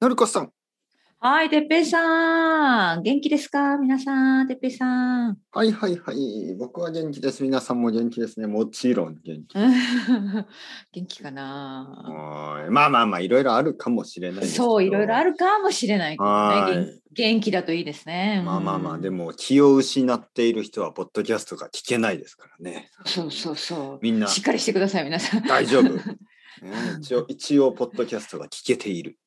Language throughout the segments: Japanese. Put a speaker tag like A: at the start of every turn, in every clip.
A: はるかさん。
B: はい、てっぺいさん。元気ですか皆さん、てっぺいさん。
A: はいはいはい。僕は元気です。皆さんも元気ですね。もちろん元気。
B: 元気かな
A: はーいまあまあまあ、いろいろあるかもしれないですけど。
B: そう、いろいろあるかもしれないけど
A: は
B: ね。
A: ー
B: 元元気だといいですね
A: い。。まあまあまあ、で
B: も。
A: も気を失っている人は、ポッドキャストが聞けないですからね。
B: そうそうそう。
A: みんな
B: しっかりしてください、皆さん。
A: 大丈 夫。ね一応、一応、ポッドキャストが聞けている。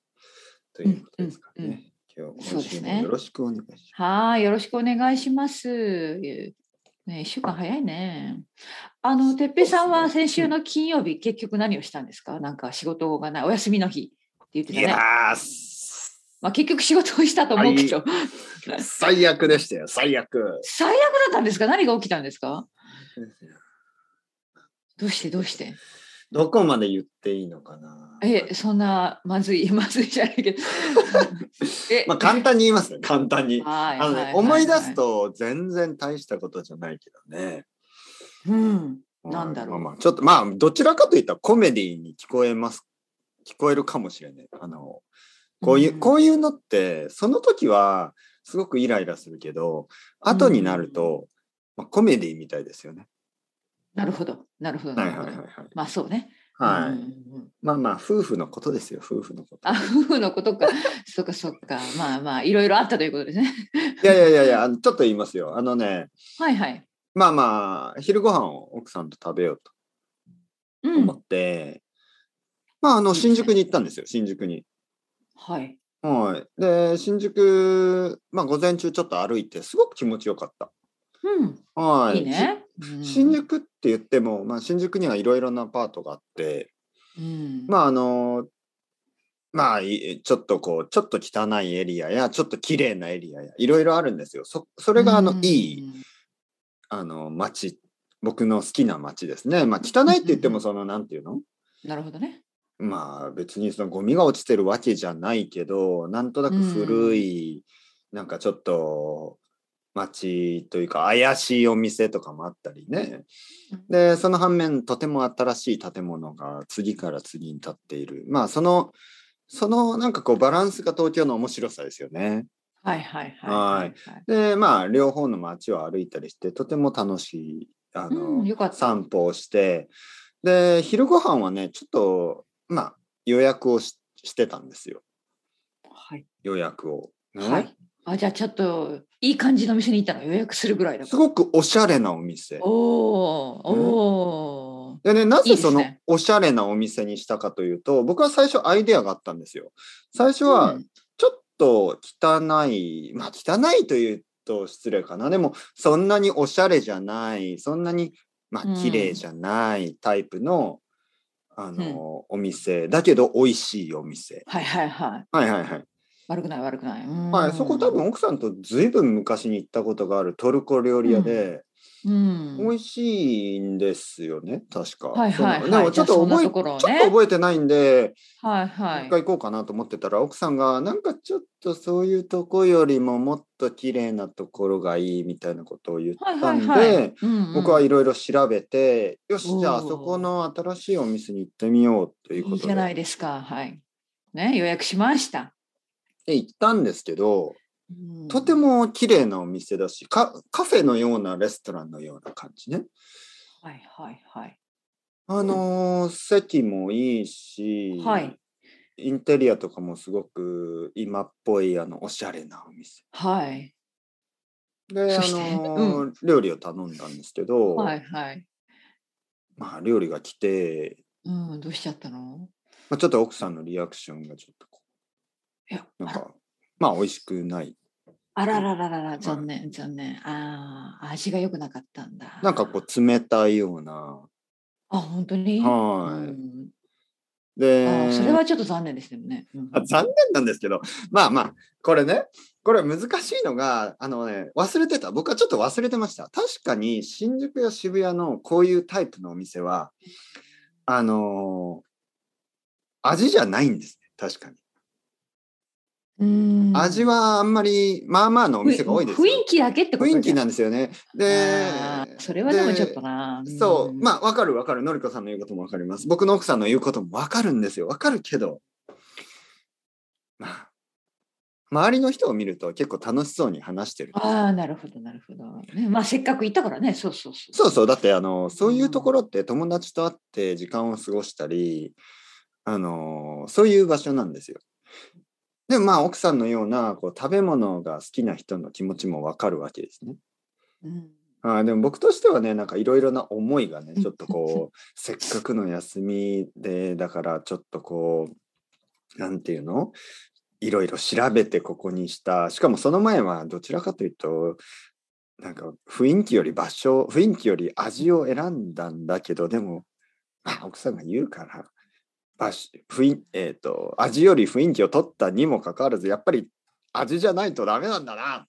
A: ということですから
B: うんうんう
A: ね。今日、
B: そう
A: 今
B: です
A: 週
B: ね
A: もよろしくお願いします。
B: はい、よろしくお願いします。ね、一週間早いね。あの、てっぺいさんは先週の金曜日、結局何をしたんですかなんか仕事がない、お休みの日って言って
A: い
B: た
A: や
B: ね。
A: ー、す
B: まあ、結局仕事をしたと思うけど。
A: 最悪でしたよ、最悪。
B: 最悪だったんですか何が起きたんですかどうしてどうして
A: どこまで言っていいのかな。
B: え、そんなまずい、ま ずいじゃない けど。 え
A: まあ、簡単に言いますね、簡単に。
B: はい
A: あの
B: は
A: ね
B: い、
A: 思い出す
B: は
A: と全然大したことじゃないけどね。
B: いはいうん。なんだろう
A: まあまあちょっとまあどちらかといったらコメディに聞こえます聞こえるかもしれない。あのこういう、
B: うん
A: こういうのってその時はすごくイライラするけど後になると、まあ、コメディみたいですよね。
B: なるほど。なるほど。
A: はい
B: な
A: は
B: る
A: い
B: ほ
A: はい
B: ど
A: はい。
B: まあそうね。
A: はい
B: うんうんうん
A: まあまあ夫婦のことですよ夫婦のこと。
B: あ、夫婦のことか。 そっかそっか。まあまあ、いろいろあったということですね。
A: いやいやいやいやあのちょっと言いますよ。あのね
B: はいはい。
A: まあまあ昼ご飯を奥さんと食べようと。
B: う
A: 思っ
B: ん。
A: て、まあ、あ
B: いい
A: の、
B: です
A: 新
B: ね
A: 宿に行ったんですよ、新宿に。
B: はい。
A: はい。で、新宿、まあ、午前中ちょっと歩いて、すごく気持ちよかった。
B: うん。
A: はい。
B: いいね。うん
A: し。新宿って言っても、まあ、新宿にはいろいろなアパートがあって、
B: うん。
A: まあ、あの、まあ、いちょっとこう、ちょっと汚いエリアや、ちょっと綺麗なエリアや、いろいろあるんですよ。そ、そ
B: こ
A: れが、あの、いい、。あの、街、僕の好きな街ですね。まあ、汚いって言っても、その、なんていうの
B: なるほどね。
A: まあ別にそのゴミが落ちてるわけじゃないけどなんとなく古い、なんかちょっと街というか怪しいお店とかもあったりねでその反面とても新しい建物が次から次に建っているまあそのそのなんかこうバランスが東京の面白さですよね。
B: はいはいはい。い。
A: でまあ両方の街を歩いたりしてとても楽しいあの、
B: うん、よかった。
A: 散歩をしてで昼ご飯はねちょっとまあ予約をししてたんですよ
B: はい。
A: 予約を、ね
B: はい。あ、じゃあちょっといい感じの店に行ったの予約するぐらいだ
A: す
B: から。
A: ごくおしゃれなお店
B: おお、おお。
A: でねなぜそ
B: いい
A: の
B: ですね
A: おしゃれなお店にしたかというと僕は最初アイデアがあったんですよ最初は
B: うん
A: ちょっと汚い まあ汚いというと失礼かなでもそんなにおしゃれじゃないそんなにまあ
B: うん
A: 綺麗じゃないタイプの、あの、お店だけど美味しいお店
B: はいはいはい。
A: はいはいはい
B: 悪くない悪くない。うん
A: はい、そこ多。分奥さんとずいぶん昔に行ったことがあるトルコ料理屋で、
B: うん。
A: 美味しいんですよね確か。
B: はいはいは
A: そ
B: い。
A: うでもちょっと覚え、
B: じゃあそんなところを
A: ちょっと
B: ね。
A: 覚えてないんで、
B: はい
A: 一
B: はい。
A: 回行こうかなと思ってたら奥さんがなんかちょっとそういうとこよりももっと綺麗なところがいいみたいなことを言った
B: は
A: ん
B: い
A: で、
B: はいはい。うん
A: 僕はいろいろ調べて、よしじゃああ
B: おー
A: そこの新しいお店に行ってみようという
B: い
A: こ
B: い
A: と
B: じゃない
A: で
B: ですか。はい。ね、予約しました。
A: で行ったんですけど、
B: うん
A: とて。も綺麗なお店だしカカフェのようなレストランのような感じね。
B: はいはいはい。
A: あのー席もいいし、
B: はい
A: インテリアとかもすごく今っぽいあのおしゃれなお店。
B: はい。
A: で、あ
B: そして
A: のー料理を頼んだんですけど、
B: はいはい。
A: まあ、料理が来て、
B: うん、どうしちゃったの
A: まあ、ちょっと奥さんのリアクションがちょっとこ
B: いや、
A: うなんかまあ美味しくない
B: あららららら、残念、残念。ああ、味が良くなかったんだ。
A: なんかこう冷たいような。
B: あ、本当に。
A: はい
B: うんあ
A: で
B: ーそれはちょっと残念ですよね。うん
A: あ残念なんですけど、まあまあ、これね、これ難しいのが、あのね、忘れてた。僕はちょっと忘れてました。確かに新宿や渋谷のこういうタイプのお店は、あのー味じゃないんですね。確かに。
B: うん
A: 味はあんまり、まあまあのお店が多いです
B: ふ
A: よ。
B: 雰囲気だけってこと
A: 雰囲気
B: じゃ
A: なんですよね。
B: あ
A: で
B: ー、それはでもちょっとな。ん
A: そう、まあ、わかるわかる。のりこさんの言うこともわかります。僕の奥さんの言うこともわかるんですよ。わかるけど、まあ、周りの人を見ると結構楽しそうに話してる。
B: ああ、なるほど、なるほど。ね、まあ、せっかくいたからね、そうそうそう。
A: そうそう、だってあの、そういうところって友達と会って時間を過ごしたり、あの、そういう場所なんですよ。でもまあ、奥さんのようなこう食べ物が好きな人の気持ちもわかるわけですね。
B: うん。
A: あーでも僕としてはねなんかいろいろな思いがねちょっと こうせっかくの休みでだからちょっとこうなんていうのいろいろ調べてここにしたしかもその前はどちらかというとなんか雰囲気より場所雰囲気より味を選んだんだけどでも、まあ、奥さんが言うから場所雰囲えー、と味より雰囲気を取ったにもかかわらずやっぱり味じゃないとダメなんだな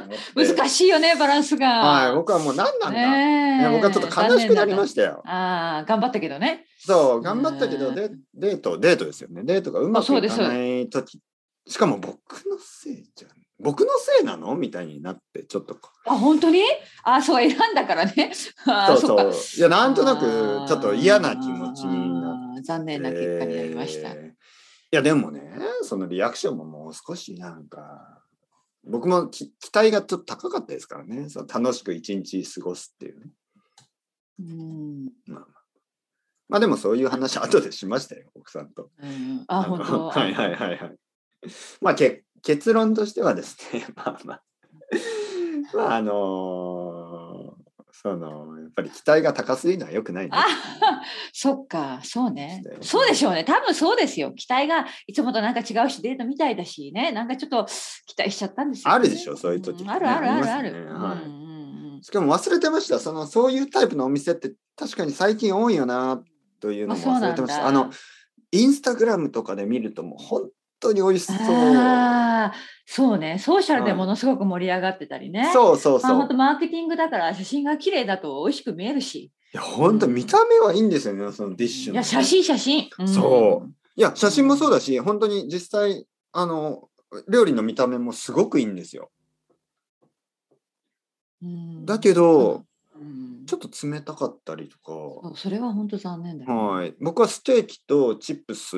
A: と思って。
B: 難しいよね、バランスが。
A: はい、僕はもう何なんだ、
B: ねえ
A: いや僕はちょっと悲しくなりま
B: 残念だっ
A: したよ。
B: たああ、頑張ったけどね。
A: そう、頑張ったけど、
B: うん
A: デデート、デートですよね。デートがうまく
B: あそう
A: い
B: です
A: かないとき、しかも僕のせいじゃん。僕のせいなのみたいになって、ちょっとこう。
B: あ、本当にああ、そう、選んだからね。 あ
A: そ
B: あ
A: うそう
B: か。
A: いや、なんとな
B: あ
A: く
B: あ、
A: ちょっと嫌な気持ちになっ
B: ああ残
A: て。
B: 念な結果になりました。
A: いや、でもね、そのリアクションももう少しなんか、僕もき期待がちょっと高かったですからね。その楽しく一日過ごすっていうね。
B: うん。
A: まあでもそういう話、後でしましたよ、奥さんと。
B: うん、あ、
A: あの
B: 本当。
A: はいはいはいはい。まあけ結論としてはですね、 まあまあ、まああのーその、やっぱり期待が高すぎるのは良くないね。
B: あ そっか、そうね
A: そうで。すね
B: そうでしょうね。多分そうですよ。期待がいつもとなんか違うし、デートみたいだしね。なんかちょっと期待しちゃったんですよ、ね。
A: あるでしょそういう時
B: んあるあるあるある。
A: ねあり
B: う
A: ますよねはい
B: んうん
A: しかも忘れてました、そのそういうタイプのお店って確かに最近多いよなという
B: うん
A: の
B: あ
A: も
B: そう
A: 忘
B: な
A: れて
B: ん
A: まし
B: だ
A: た。あの、インスタグラムとかで見るともう本当に美味しそう。
B: あーそうね。ソーシャルでものすごく盛り上がってたりね。
A: そうそう
B: まあ、
A: そ
B: 本
A: う
B: 当。マーケティングだから写真が綺麗だと美味しく見えるし。
A: いや、本当見た目はいいんですよね、そのディッシュ
B: い
A: の。
B: や、写真写真。ん
A: そいや、写真もそうだし、本当に実際、あの、料理の見た目もすごくいいんですよ。
B: うん。
A: だけど、
B: うん、
A: ちょっと冷たかったりと
B: そうそれは本当残念だよ
A: か、
B: ね、
A: はい。僕はステーキとチップス、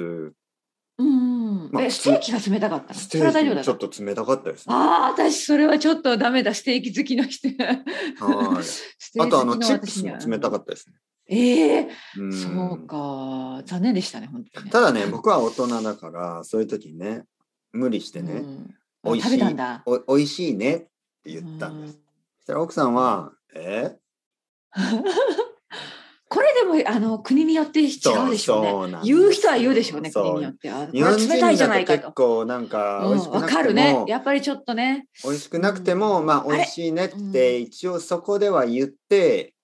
B: うんうん。
A: まあ
B: えステーキが冷たかったの。
A: ス
B: そ
A: テ
B: れは大丈夫
A: ー
B: だ
A: キ
B: っ
A: ち
B: た
A: ょっ。と冷たかったですね。
B: ああ、私それはちょっとダメだ、ステーキ好きの人。
A: はい。
B: ステ ー
A: あ
B: キ
A: と、あ
B: 好
A: の、
B: き
A: チップス
B: 私に
A: も
B: は
A: 冷たかったですね。
B: ええ
A: うん
B: そうか、残念でしたね、本当にね。
A: ただね、僕は大人だから、そういう時ね、無理して
B: う
A: ね、
B: ん
A: 美味しい
B: 食べたんだ。
A: おいしいねって言ったんです。
B: うん
A: そしたら奥さんは、え
B: これでもあの国によって違うでしょうね。
A: そうなんですよ
B: 言う人は言うでしょうね、
A: そう
B: 国によって。あこ
A: 日
B: れ
A: 本
B: 冷たいじゃ
A: 人
B: な
A: だ
B: い
A: と
B: か
A: 結
B: と。
A: 構なんか美味し
B: うん
A: くな
B: わか
A: くて
B: るね
A: も。、
B: やっぱりちょっとね。
A: 美味しくなくても、
B: うん
A: まあ
B: あれ
A: 美味しいねって一応そこでは言って、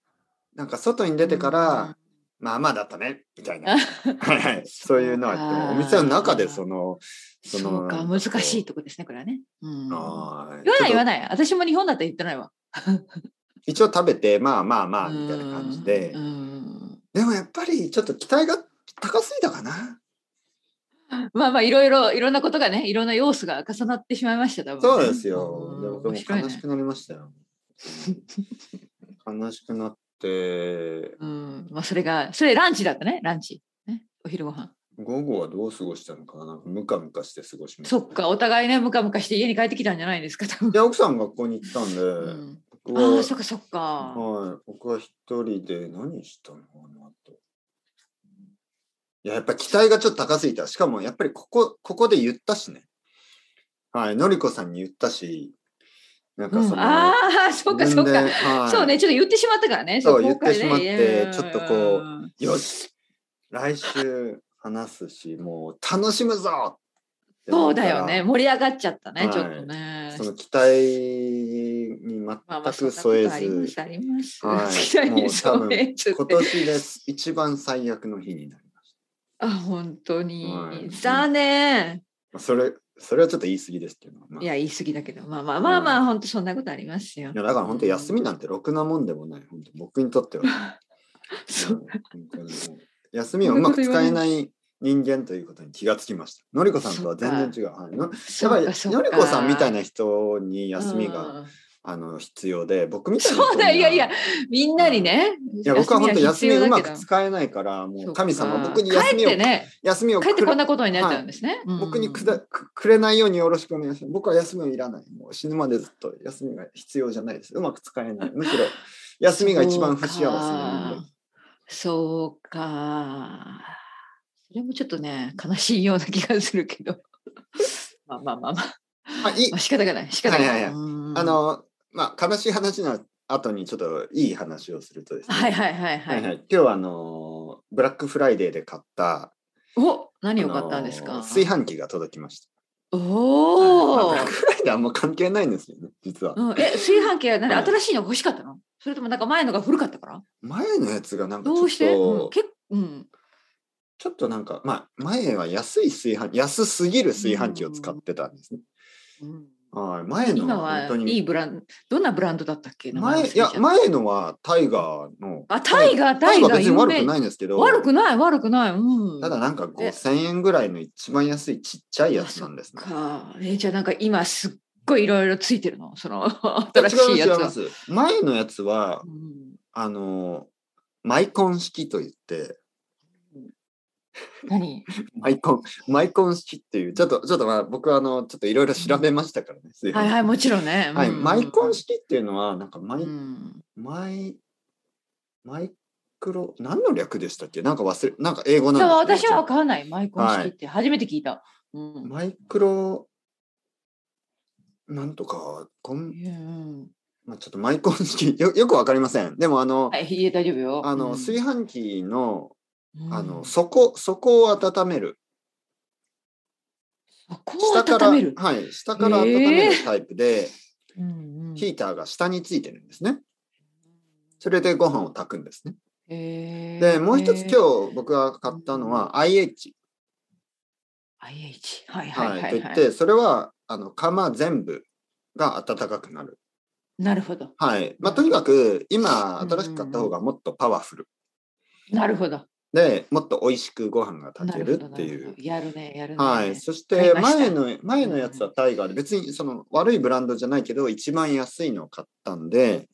A: なんか外に出てから、
B: うん
A: まあまあだったねみたいなはいはいそういうのはあってもお店の中でそのその
B: そうか、難しいとこですね、これはね。うん言
A: あ
B: わ
A: ー
B: な
A: ち
B: い言
A: ょ
B: わ
A: っと
B: ない。私も日本だったら言ってないわ。
A: 一応食べてまあまあまあみたいな感じで、
B: うんうん
A: でもやっぱりちょっと期待が高すぎたかな、
B: まあまあいろいろいろんなことがねいろんな要素が重なってしまいました多分ね、
A: そうですよ
B: うん
A: で
B: 面
A: 僕
B: 白
A: も
B: い
A: 悲
B: ね
A: しくなりましたよ悲しくなって
B: うんまあそれがそれランチだったねランチねお昼ご飯
A: 午後はどう過ごしたのかななんかムカムカして過ごしました
B: そっかお互いねムカムカして家に帰ってきたんじゃないですか多分
A: で奥さんが学校に行ったんで、
B: うん
A: 僕
B: あ
A: は
B: あそっかそっか
A: はい、僕は一人で何したのかなと。いや、やっぱ期待がちょっと高すぎた。しかも、やっぱりここ、ここで言ったしね。はい、のりこさんに言ったし、なんか
B: う
A: その、
B: んああそっか
A: 自
B: そ
A: 分
B: っ
A: で
B: か
A: はい、
B: そうねちょっと言ってしまったからね
A: そう
B: こからね
A: 言ってしまって
B: うん
A: ちょっとこよし、来週話すし、もう楽しむぞって
B: そ
A: 思
B: う
A: った
B: だ
A: ら
B: よね盛り上がっちゃったね、
A: はい
B: ちょっとね
A: その期待に全く添え
B: あり
A: ず
B: ま、すあります、
A: はい
B: 期 待に
A: もう多
B: 添え
A: 分
B: ず
A: 今年です一番最悪の日になりまし
B: あ本当に、
A: はい
B: 残念
A: た。それ、それはちょっと言い過ぎですけど、まあ
B: いや言い過ぎだけどまあまあまあまあ、本当そんなことありますよ
A: いやだから本当休みなんてろくなもんでもない。本当僕にとっては。
B: そう
A: うん本当にもう休みをうまく使えない人間ということに気がつきました。のりこさんとは全然違う。はい、のやっぱ
B: そう
A: り
B: かそうか
A: のりこさんみたいな人に休みが
B: うん
A: あの必要で僕みたいな人
B: そうだ、いやいや、みんなにね。
A: いや僕は本当休み
B: 必
A: う
B: 要だ
A: ま
B: けど
A: く使えないからもう神様
B: そうか
A: 僕に休みを
B: 帰ってね、
A: 休みを
B: 帰って
A: く
B: こ
A: れ
B: んなことになっちゃうんですね。うん
A: 僕にくだくくれないようによろしくお願いします。僕は休みはいらない。もう死ぬまでずっと休みが必要じゃないです。うまく使え ない。むしろ休みが一番不幸せな
B: そ
A: んで
B: うか。そうか。それもちょっとね、悲しいような気がするけど。 まあまあまあまあ、
A: あいい
B: まあ、仕方がない、仕方がない。
A: はいはいはい
B: うん
A: あ、の、まあ、悲しい話の後にちょっといい話をするとですね。
B: はいはいはいは。
A: はいはいい今日はあのー、ブラックフライデーで買った、
B: お何
A: あ
B: を
A: のー
B: 買ったんですか、
A: 炊飯器が届きました。
B: おお、
A: はいまあブラックフライデーあんま関係ないんですよね、実は。
B: うん、え、炊飯器は何
A: はい
B: 新しいのが欲しかったのそれともなんか前のが古かったから
A: 前のやつがなんかち
B: ど
A: ょ
B: う
A: っ
B: して、うん、
A: と、
B: 結うん、
A: ちょっとなんか、まあ、前は安い炊飯安すぎる炊飯器を使ってたんですね。
B: うん
A: はい、前の
B: 今
A: は
B: は
A: 本当に
B: いいブランド、どんなブランドだったっけ名
A: 前
B: 前忘れ
A: い
B: ちゃっ
A: や
B: た
A: 前のはタイガーの
B: あ、タイガー、タ
A: タ
B: イ
A: イ
B: ガ
A: ガ
B: ー、
A: ー別に悪く
B: い。
A: ないんですけど
B: 悪くない、悪くない。うん。
A: ただなんか
B: え
A: 5000円ぐらいの一番安いちっちゃいやつなんですね。
B: か、えじゃあなんか今すっごいいろいろついてるの、そ の
A: いや
B: 新しい
A: 違
B: やつ
A: いま
B: は。
A: す違います前のやつは
B: うん
A: あのマイコン式といって
B: 何
A: マイコンマイコン式っていうちょっとちょっとまあ僕はあのちょっといろいろ調べましたからね。炊飯器
B: はいはい、もちろんね。
A: はい
B: うん
A: マイコン式っていうのはなんかマイ,、
B: うん
A: マイマイクロ何の略でしたっけなんか忘れなんか英語
B: で
A: なん
B: も
A: です
B: 私
A: けど
B: は分からない、マイコン式って初めて聞いた。うん
A: マイクロなんとかこん、
B: うん
A: まあ、ちょっとマイコン式よよくわかりませんでもあの、
B: はい、いえ、大丈夫よ。
A: あの
B: うん
A: 炊飯器のあ
B: うん
A: の底底を温める
B: そこを温める。
A: からはい下から温めるタイプで、
B: うんうん
A: ヒーターが下についてるんですねそれでご飯を炊くんですね
B: へー
A: でもう一つ今日僕が買ったのは IH、
B: IH。はいは
A: はいい
B: は
A: と
B: い
A: い
B: は
A: っ
B: い。
A: てそれはあの釜全部が温かくなる
B: なるほど。
A: はいまあとにかく今
B: うん
A: 新しく買った方がもっとパワフル
B: なるほど。
A: でもっと美味しくご飯が炊けるって
B: なる
A: い
B: ほ
A: う
B: ど。やるね、やるね。
A: はい、そし
B: 買い
A: て
B: ました
A: 前の前のやつはタイガーで別にその悪いブランドじゃないけど一番安いのを買ったんで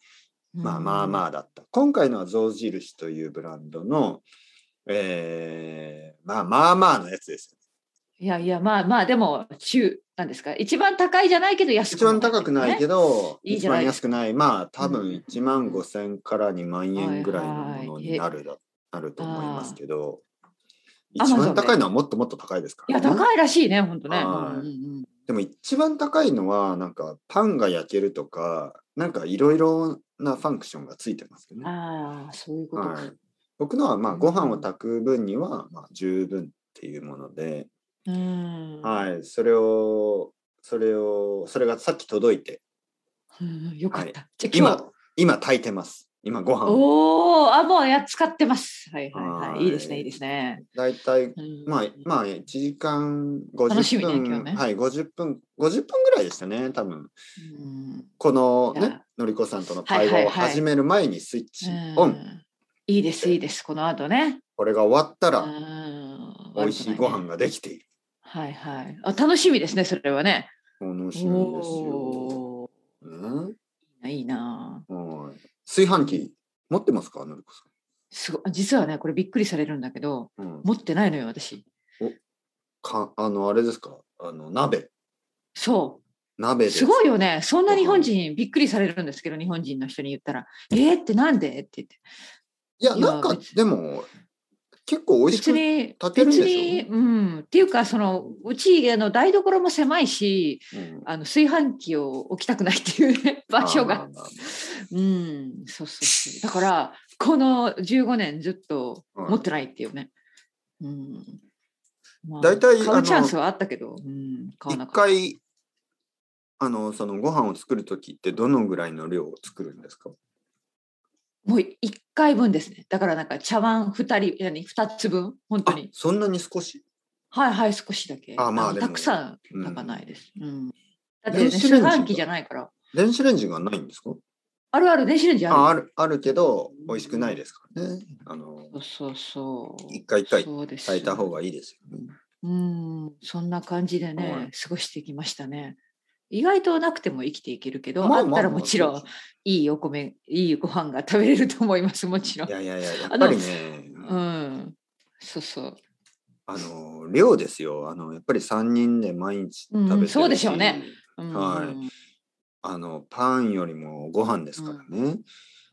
A: まあまあま
B: あ。
A: あだった今回のは象印というブランドの、えーまあまあまあのやつです
B: いやいや、まあまあ、でも、中、なんですか。一番高いじゃないけど安く
A: 一番高くないけ
B: ど。
A: ど
B: いいじ
A: 一
B: ゃな
A: 番
B: いです
A: 安くないまあ多
B: うん
A: 分1万5千から2万円ぐらいの
B: はいは
A: も
B: い
A: のになるだなると思いますけど
B: あー
A: 一
B: Amazon
A: 番
B: で
A: 高いのはもっともっと高いですか
B: い
A: ら
B: や、
A: ね
B: 高いらしいね、本当ね。
A: はい
B: うんうんうん
A: でも一番高いのはなんかパンが焼けるとかなんかいろいろなファンクションがついてますよね。
B: ああ、そういうことか。
A: はい、僕のはま
B: う
A: あ
B: ん
A: ご飯を炊く分にはまあ十分っていうもので、
B: うん。
A: はい、それをそれをそれがさっき届いて
B: うんよかった。じゃあ今日
A: 今。今炊いてます今ご飯を
B: おお、あ、もうや使ってます。はいはいは。
A: はいい
B: いいですね、いいですね。
A: だいたい
B: うん
A: まあまあ1時間
B: 楽しみ
A: 50
B: ね今日
A: 分、
B: ね
A: はい50分50分ぐらいでしたね多分
B: うん
A: この
B: いや
A: ねのりこさんとの
B: はい
A: 会
B: は
A: 話
B: いは
A: を
B: い
A: 始める前にスイッチ
B: うん
A: オン、
B: いいです、いいです。この後ね。
A: これが終わった
B: う
A: ら、
B: ん
A: 美味しいご飯
B: 悪くなね
A: ができている。
B: はいはい。あ、楽しみですね、それはね。
A: 楽しみですよ。
B: お
A: ね
B: ーいいな。
A: はい炊飯器持ってますか、のりこ
B: すごい実はね、これびっくりされるんだけど、
A: さん。うん、
B: 持ってないのよ、私。
A: かあのあれですか、あの鍋、
B: そ
A: 鍋
B: う。
A: です。
B: すごいよね。そんな日本人びっくりされるんですけど、日本人の人に言ったら、えー、ってなんでって言って。
A: いや
B: いや
A: なんか
B: 別に
A: でも結構美味しく。
B: 別に、
A: 炊けるんでし
B: 別
A: ょ
B: に、うん。っていうか、その、うち、あの、台所も狭いし、
A: うん
B: あの、炊飯器を置きたくないっていうね、場所
A: あ
B: が
A: ー。まあまあ
B: うん、そうそうそう。だから、この15年ずっと持ってないっていうね。うん。まあ
A: 大体
B: 買
A: あ
B: う
A: の
B: チャンスはあったけど、うん、買わ
A: 一
B: なかっ
A: 回あのそのご飯を作る時ってどのぐらいの量を作るんですか。
B: た。もう1回分ですね。だからなんか茶碗2人、何、2つ分、本当
A: あ
B: に。
A: そんなに少し。
B: はいはい、少しだけ。
A: あまあ
B: の
A: でも
B: たくさ、
A: うんん
B: なんかないです。うん。だってね、
A: 電子
B: 炊
A: レンジ
B: 飯器じゃないから。
A: 電子レンジがないんですか。
B: あるある、電子レンジある。
A: ああるあるけど美味しくないですからね。あの
B: そうそうそう。
A: 一回一回
B: そうです
A: 炊いた方がいいですよね。
B: うん、そんな感じでね、
A: はい
B: 過ごしてきましたね。意外となくても生きていけるけど、
A: ま
B: あ
A: あ
B: っ
A: まあ
B: たらもちろんいいお米、いいご飯が食べれると思います、もちろん
A: い。やい やいや、やっぱりね、
B: うん。そうそう。
A: あの量ですよあの。やっぱり3人で毎日食べて
B: うんう
A: る
B: んそうでしょうね。うん
A: はいあのパンよりもご飯ですからね。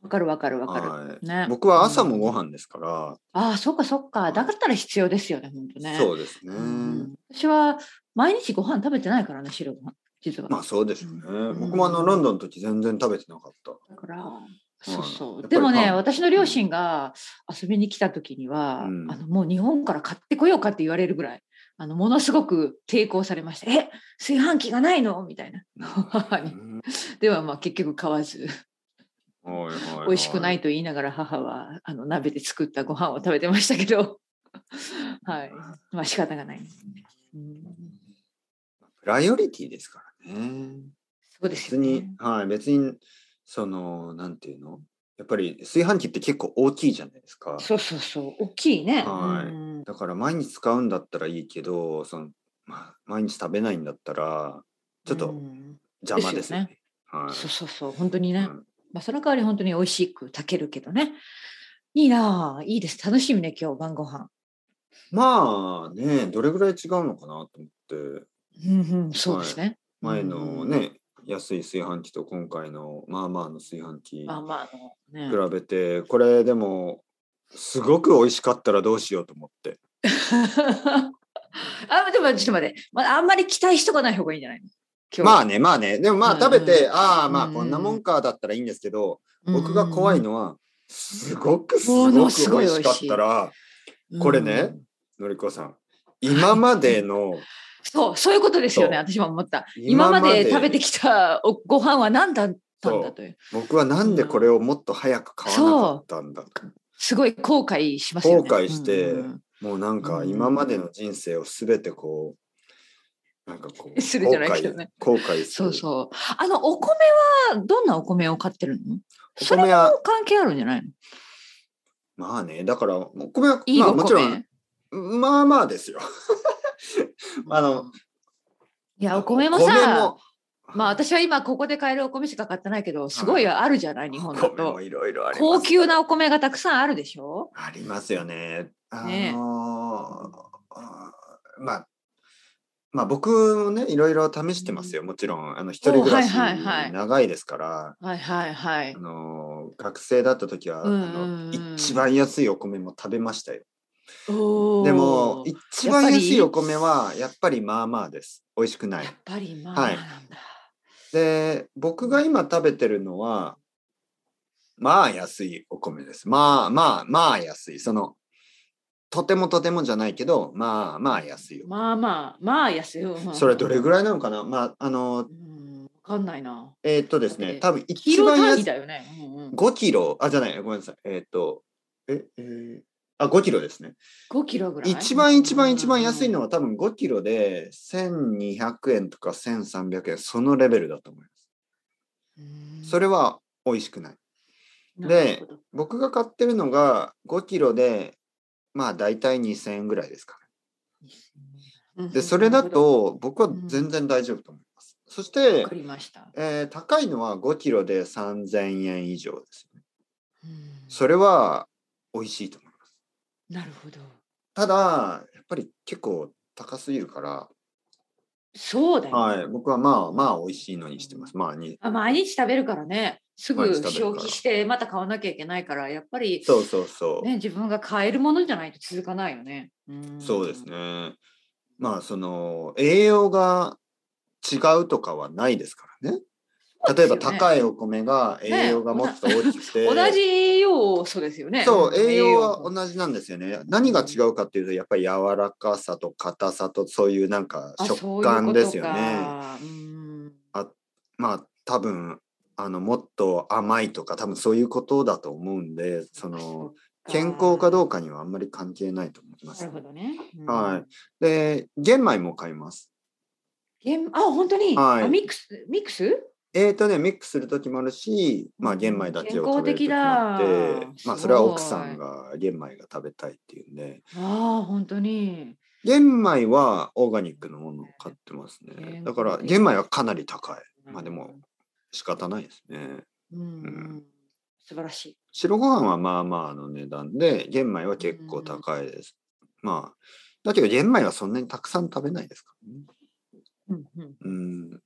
B: わかるわかるわかる。
A: はい
B: ね。
A: 僕は朝も
B: うん
A: ご飯ですか
B: ああ、そっかそっか。だから必要ですよね、本当
A: ら、
B: ね。
A: そうですね。
B: うん私は毎日ご飯食べてないからね、白ご飯実は。
A: まあそうですよね。
B: ん
A: 僕もあのロンドンの時全然食べてなかった。
B: だから、そう
A: やっ
B: そ
A: ぱ
B: う。
A: り
B: でもね、
A: パン
B: 私の両親が遊びに来た時には、
A: うん
B: あのもう日本から買ってこようかって言われるぐらい、あのものすごく抵抗されました。え、炊飯器がないのみたいな。 母
A: う
B: に
A: ん
B: ではまあ結局買わず、
A: はいはいはい
B: 美味しくないと言いながら母はあの鍋で作ったご飯を食べてましたけど、 はい。まあ仕方がない。うん、
A: プライオリティですからね。
B: そうです
A: 別
B: よね。
A: に、はい、別に、その、なんていうのやっぱり炊飯器って結構大きいじゃないですか。
B: そうそうそう、大きいね。
A: はい
B: うん
A: だから毎日使うんだったらいいけど、その、まあ、毎日食べないんだったら、ちょっ
B: う
A: と
B: ん
A: 邪魔ですよね。はい
B: そうそうそう、本当にね。
A: うん
B: まあ、その代わり本当に美味しく炊けるけどね。いいなあいいです。楽しみね、今日晩ご飯。
A: まあね、どれぐらい違うのかなと思って、
B: うんうん、そうですね。
A: 前のね、安い炊飯器と今回のまあまあの炊飯器
B: まあまああの
A: 比
B: ね。
A: べて、これでも、すごく美味しかったらどうしようと思って。
B: あ、でもちょっと待って、まあ、あんまり期待しとかない方がいいんじゃないの今日
A: まあね、まあね、でもま
B: う
A: あ
B: ん
A: 食べて、ああ、まあ
B: うん
A: こんなもんかだったらいいんですけど、僕が怖いのは、すごくす
B: も
A: ごく
B: の
A: 美味
B: すごい美味しい
A: しかったら、
B: うん
A: これね
B: うん
A: のりこさん、今までの、
B: そう、そういうことですよね、
A: そう
B: 私も思った。今
A: 今
B: ま
A: まで
B: で食べてきたおご飯は何だったんだという。
A: 僕はなんでこれをもっと早く買わなかったんだ。
B: すごい後悔しますよね。
A: 後悔して
B: うんうん
A: もうなんか今までの人生をすべてこう、なんかこう、
B: するじゃないけどね
A: 後悔、後悔す
B: そ
A: る。
B: うそう。あの、お米は、どんなお米を買ってるのそ
A: お
B: れ
A: 米
B: も
A: は、
B: 関係あるんじゃないの
A: まあね、だから、お米は、
B: いい
A: まあ
B: お米。
A: もちろん、まあまあですよ。あの、
B: いや、お米もさ、まあ
A: 私
B: 私は今ここで買えるお米しか買ってないけど、すごいあるじゃない、日本だ
A: 米も
B: と。
A: いろいろあります
B: 高級なお米がたくさんあるでしょ
A: ありますよね。あの
B: ね
A: あーまあまあ僕もねいろいろ試してますよもちろんあの一人暮らし
B: おはいはいはい
A: 長いですから
B: はいはいはい
A: あ。の学生だった時は、
B: うんうん
A: あ
B: うん
A: の一番安いお米も食べましたよ
B: おー
A: でも
B: や
A: 一番安いお米はやっぱりまあまあです美味しくない
B: っぱりまあ、
A: はい
B: なんだ。
A: で僕が今食べてるのはまあ安いお米ですまあまあまあ安いそのとてもとてもじゃないけどまあまあ安いよ、
B: まあまあ、まあ安いよ。
A: それどれぐ
B: らい
A: らいなのかなまああの
B: うん、わかんないな。
A: えーっとです
B: だっ
A: ね
B: て
A: 多分
B: キ
A: 一
B: ロ
A: 番
B: 単
A: 安
B: 位
A: い
B: だよね。うんうん、
A: 5キロあじゃないごめんなさいえーっとええーあ5キロですね
B: 5キロぐらい。
A: 一番一番一番安いのは多分5キロで1200円とか1300円そのレベルだと思いま
B: うん、
A: すそれは美味しくない
B: な
A: で
B: るほど、
A: 僕が買ってるのが5キロでまあ大体2,000円ぐらいですか
B: うん
A: ね。でそれだ、と僕は
B: うん
A: 全然大丈夫と思います。そし
B: わ
A: て
B: か、りました。
A: えー高いのは5キロで3,000円以上ですよね。
B: うん
A: それは美味しいと思います。
B: なるほど。
A: ただやっぱり結構高すぎるから、
B: そうだよ、ね
A: はい、僕はまあまあ美味しいのにしてます。まあに
B: あ。毎日食べるからね、すぐ
A: 毎日食べるから
B: 消費してまた買わなきゃいけないから、やっぱり、
A: そうそうそう。
B: ね、自分が買えるものじゃないと続かないよね。ん
A: そうです。ね。まあその栄養が違うとかはないですからね。例えば高
B: い。
A: いお米が栄養がもっと大きくて、
B: 同じ要素ですよね。
A: そう栄養
B: 同
A: は
B: じ
A: 同じなんですよね何が違うかっていうとやっぱり柔らかさと硬さとそういうなんか食感ですよね
B: あそういうことか
A: まあ多分あのもっと甘いとか多分そういうことだと思うんでそ
B: うんそ
A: の
B: っか
A: 健康かどうかにはあんまり関係ないと思いま
B: な
A: す
B: るほどね。うん
A: はいで玄米も買います
B: 玄あ、本当に、
A: はい
B: あミックスミックス
A: えーとね、ミックスする時もあるし、まあ、玄米だけを食べる時もあって
B: 健康的だ
A: まあ、それは
B: すごい
A: 奥さんが玄米が食べたいっていうんで
B: ああ、本当に。
A: 玄米はオーガニックのものを買ってます
B: 玄
A: ね
B: 米。
A: だから玄米はかなり高い。まあで
B: う
A: も
B: ん
A: 仕方ないですね。
B: うん
A: うん
B: 素晴らしい。
A: 白ご飯はまあまあの値段で、玄米は結構高いです。まあ、だけど玄米はそんなにたくさん食べないですからね。
B: うんうん、
A: うん。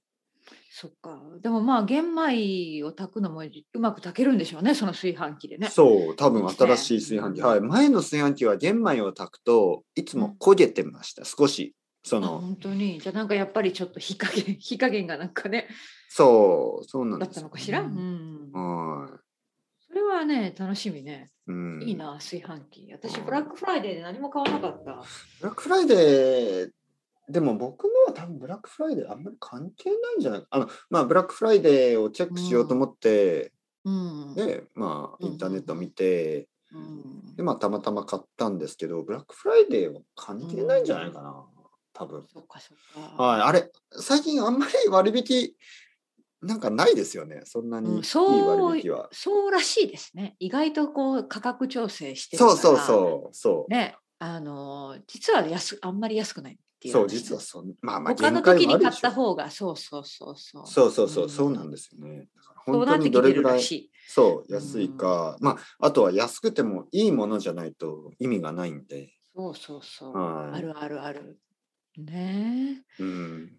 B: そっか。でもまあ玄米を炊くのもうまく炊けるんでしょうね、その炊飯器でね。
A: そう、多分
B: そうですね
A: 新しい炊飯器。
B: うん
A: はい。前の炊飯器は玄米を炊くといつも焦げてました。少し。そ
B: あ
A: の、
B: 本当に。じゃあなんかやっぱりちょっと火加減、 火加減がなんかね、
A: そう、そうなん
B: だ
A: で
B: っ
A: す。
B: たのかしら。うんうん。
A: は
B: それはね、楽しみね。
A: い。うん。
B: いいな、炊飯器。私、ブラックフライデーで何も買わなかった。
A: ブラックフライデー、でも僕のは多分ブラックフライデーあんまり関係ないんじゃないか。あの、まあ、ブラックフライデーをチェックしようと思って、
B: うん。
A: で、まあ、
B: うん
A: インターネット見て、
B: うん
A: で、まあ、たまたま買ったんですけど、ブラックフライデーは関係ないんじゃないかな、多分。
B: そっかそっか。
A: はい、あれ、最近あんまり割引、なんかないですよね、そんなにい
B: うん
A: い
B: そう
A: 割引は。
B: そうらしいですね。意外とこう価格調整してるか
A: そ
B: ら。
A: うそうそう、そう。
B: ね、あのー実は安あんまり安くないっていう
A: そ
B: 話ね、
A: う、実はそんまあまあ、
B: 他の
A: 限界
B: 時
A: もある
B: に買
A: でし
B: っ
A: ょ
B: た方がそうそうそうそう。
A: そうそうそう、
B: うん
A: そうなんですよね。だから
B: そう
A: 本
B: な
A: 当
B: って
A: に
B: き
A: ど
B: て
A: れ
B: る
A: ぐ
B: ら
A: ら
B: し
A: い、
B: い。
A: そう、安いか、まあ、あとは安くてもいいものじゃないと意味がないんで、
B: そうそうそう。
A: は
B: あるあるある。ねえ
A: い。うん、